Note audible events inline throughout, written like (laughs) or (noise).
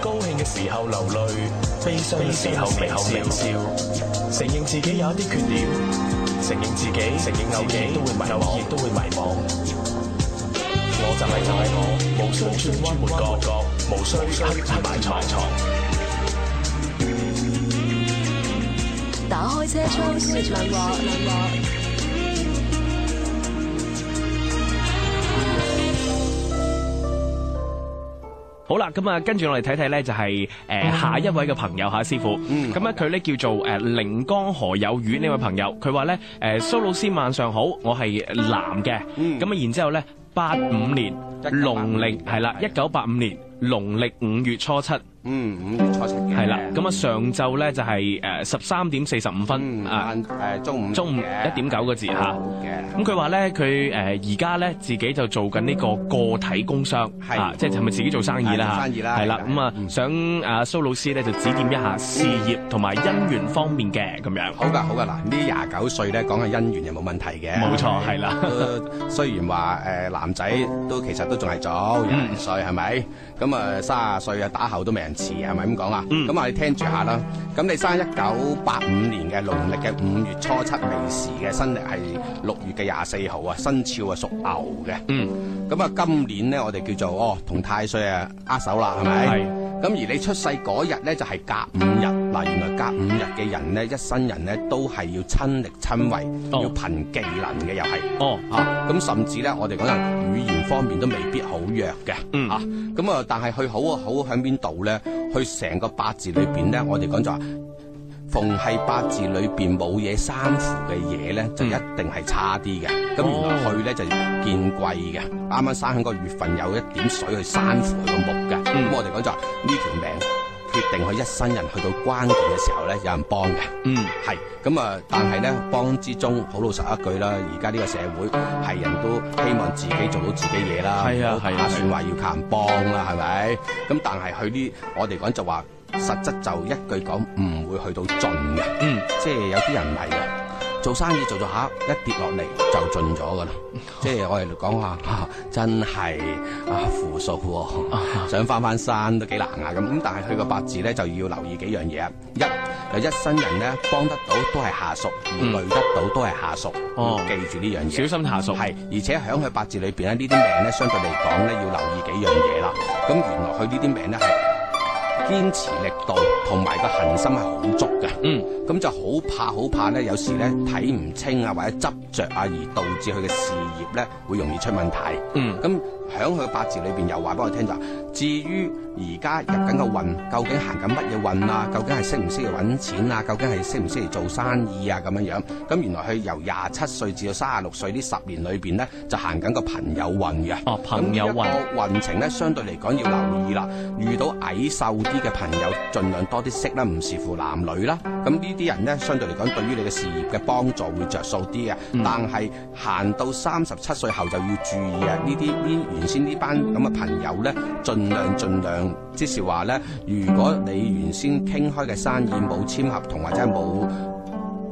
高興嘅時候流淚，悲傷嘅時候微笑。承認自己有一啲缺點，承認自己承認自己都會迷惘，亦都會迷惘。我就係就係我，無需轉彎抹角，無需刻意埋藏。打開車窗說亮話，好啦，咁啊，跟住我哋睇睇咧，就係誒下一位嘅朋友嚇師傅，咁咧佢咧叫做呃誒寧江河有魚呢位朋友，佢話咧誒蘇老師晚上好，我係男嘅，咁啊然之後咧八五年農曆係啦，一九八五年農曆五月初七。嗯，五月初七嘅。係啦，咁啊上晝咧就係誒十三點四十五分嗯，啊，晏誒中午中午嘅一點九個字嚇好。嘅。咁佢話咧，佢誒而家咧自己就做緊呢個個體工商，係啊即係係咪自己做生意啦係嚇生意啦嗯係啦，係咁啊想啊蘇老師咧就指點一下事業同埋姻緣方面嘅咁樣，好噶，好噶，嗱，呢廿九歲咧講嘅姻緣又冇問題嘅。冇錯係啦，都雖然話誒、男仔都其實都仲係早廿嗯零歲係咪？咁啊三十歲啊打後都未人遲係咪咁講啊？嗯咁啊你聽住下啦。咁你生一九八五年嘅農曆嘅五月初七未時嘅，新曆係六月嘅廿四號啊，生肖啊屬牛嘅。嗯咁啊今年咧我哋叫做哦同太歲啊握手啦係咪？係咁而你出世嗰日咧就係隔五日，嗱原來隔五日嘅人咧，一生人咧都係要親力親為，哦要憑技能嘅又係。哦啊，咁甚至咧，我哋講緊語言方面都未必好弱嘅，嗯啊，咁啊，但係佢好啊，好喺邊度咧？佢成個八字裏邊咧，我哋講就話，逢係八字裏邊冇嘢三符嘅嘢咧，嗯就一定係差啲嘅。咁、哦原來佢咧就見貴嘅，啱啱生喺個月份有一點水去三符佢個木嘅，咁、嗯我哋講就話呢條命決定佢一生人去到關鍵嘅時候咧，有人幫嘅。嗯係咁啊，但係咧幫之中，好老實一句啦，而家呢個社會係人都希望自己做到自己嘢啦，係啊唔好係啊打算話要靠人幫啦，係咪？咁但係佢呢，我哋講就話，實質就一句講唔會去到盡嘅，嗯即係有啲人唔係嘅，做生意做做下一跌落嚟就盡咗 (laughs) 噶啦，即係我哋講下啊， (laughs) 真係啊負數喎。啊想翻翻山都幾難啊咁。咁但係佢個八字咧就要留意幾樣嘢啊。一有一生人咧幫得到都係下屬，嗯累得到都係下屬。哦要記住呢樣小嘢。心下屬，係，而且喺佢八字裏邊咧，呢啲命咧相對嚟講咧要留意幾樣嘢啦。咁原來佢呢啲命咧係堅持力度同埋個恒心係好足嘅。嗯咁就好怕好怕咧，有時咧睇唔清啊，或者執着啊，而導致佢嘅事業咧會容易出問題。嗯咁喺佢八字裏邊又話俾我聽就話，至於而家入緊個運，究竟行緊乜嘢運啊？究竟係適唔適宜揾錢啊？究竟係適唔適宜做生意啊？咁樣樣，咁原來佢由廿七歲至到三十六歲呢十年裏邊咧，就行緊個朋友運嘅。哦朋友咁運呢一個運程咧，相對嚟講要留意啦。遇到矮瘦啲嘅朋友，儘量多啲識啦，唔視乎男女啦。咁呢啲人咧，相對嚟講對於你嘅事業嘅幫助會着數啲嘅。嗯但係行到三十七歲後就要注意啊！呢啲呢原先呢班咁嘅朋友咧，儘量儘量，即是話咧，如果你原先傾開嘅生意冇簽合同或者係冇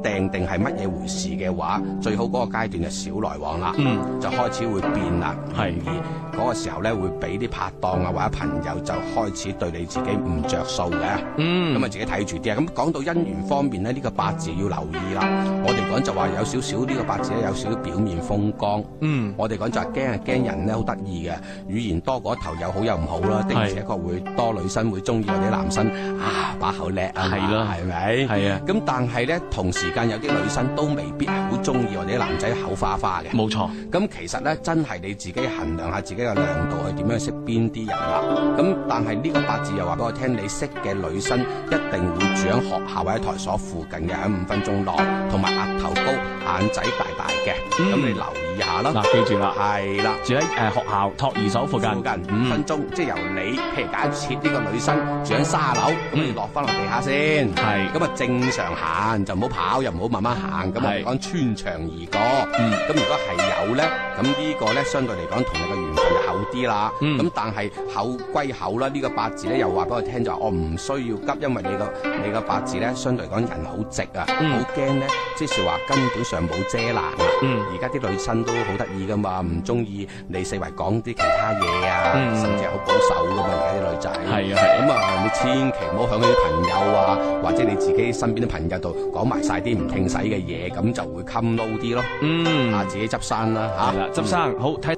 訂定係乜嘢回事嘅話，最好嗰個階段就少來往啦。嗯就開始會變啦。係而嗰個時候咧，會俾啲拍檔啊或者朋友就開始對你自己唔着數嘅。嗯咁啊，自己睇住啲啊。咁講到姻緣方面咧，呢、個八字要留意啦。我哋講就話有少少呢個八字咧，有少少表面風光。嗯我哋講就係驚啊驚人咧，好得意嘅語言多過頭，有好有唔好啦。的而係且確會多女生會中意或者男生啊把口叻啊嘛，係啦係咪？係啊咁但係咧，同時間有啲女生都未必係好中意我哋啲男仔口花花嘅。冇錯，咁其實咧，真係你自己衡量下自己嘅量度係點樣識邊啲人啦。咁但係呢個八字又話俾我聽，你識嘅女生一定會住喺學校或者台所附近嘅，喺五分鐘內，同埋額頭高、眼仔大大嘅。嗯咁、你留意下啦。嗱記住啦，係啦。住喺誒學校托兒所附近，附近五嗯分鐘，即係由你，譬如假設呢個女生住喺卅樓，咁你嗯落翻落地下先，係咁啊正常行，就唔好跑，又唔好慢慢行，咁我哋係講穿牆而過。嗯咁如果係有咧，咁呢個咧相對嚟講同你嘅緣分就厚啲啦。咁、嗯但係厚歸厚啦，呢、個八字咧又話俾我聽就話，我哦唔需要急，因為你個你個八字咧相對嚟講人好直啊，嗯好驚咧，即是話根本上冇遮攔啊。嗯而家啲女生都好得意噶嘛，唔中意你四圍講啲其他嘢啊，嗯甚至係好保守噶嘛，而家啲女仔。係啊係啊咁啊，你千祈唔好響啲朋友啊，或者你自己身邊啲朋友度講埋晒啲唔聽使嘅嘢，咁就會襟撈啲咯。嗯，啊，自己執生啦嚇。系啦，執生好睇。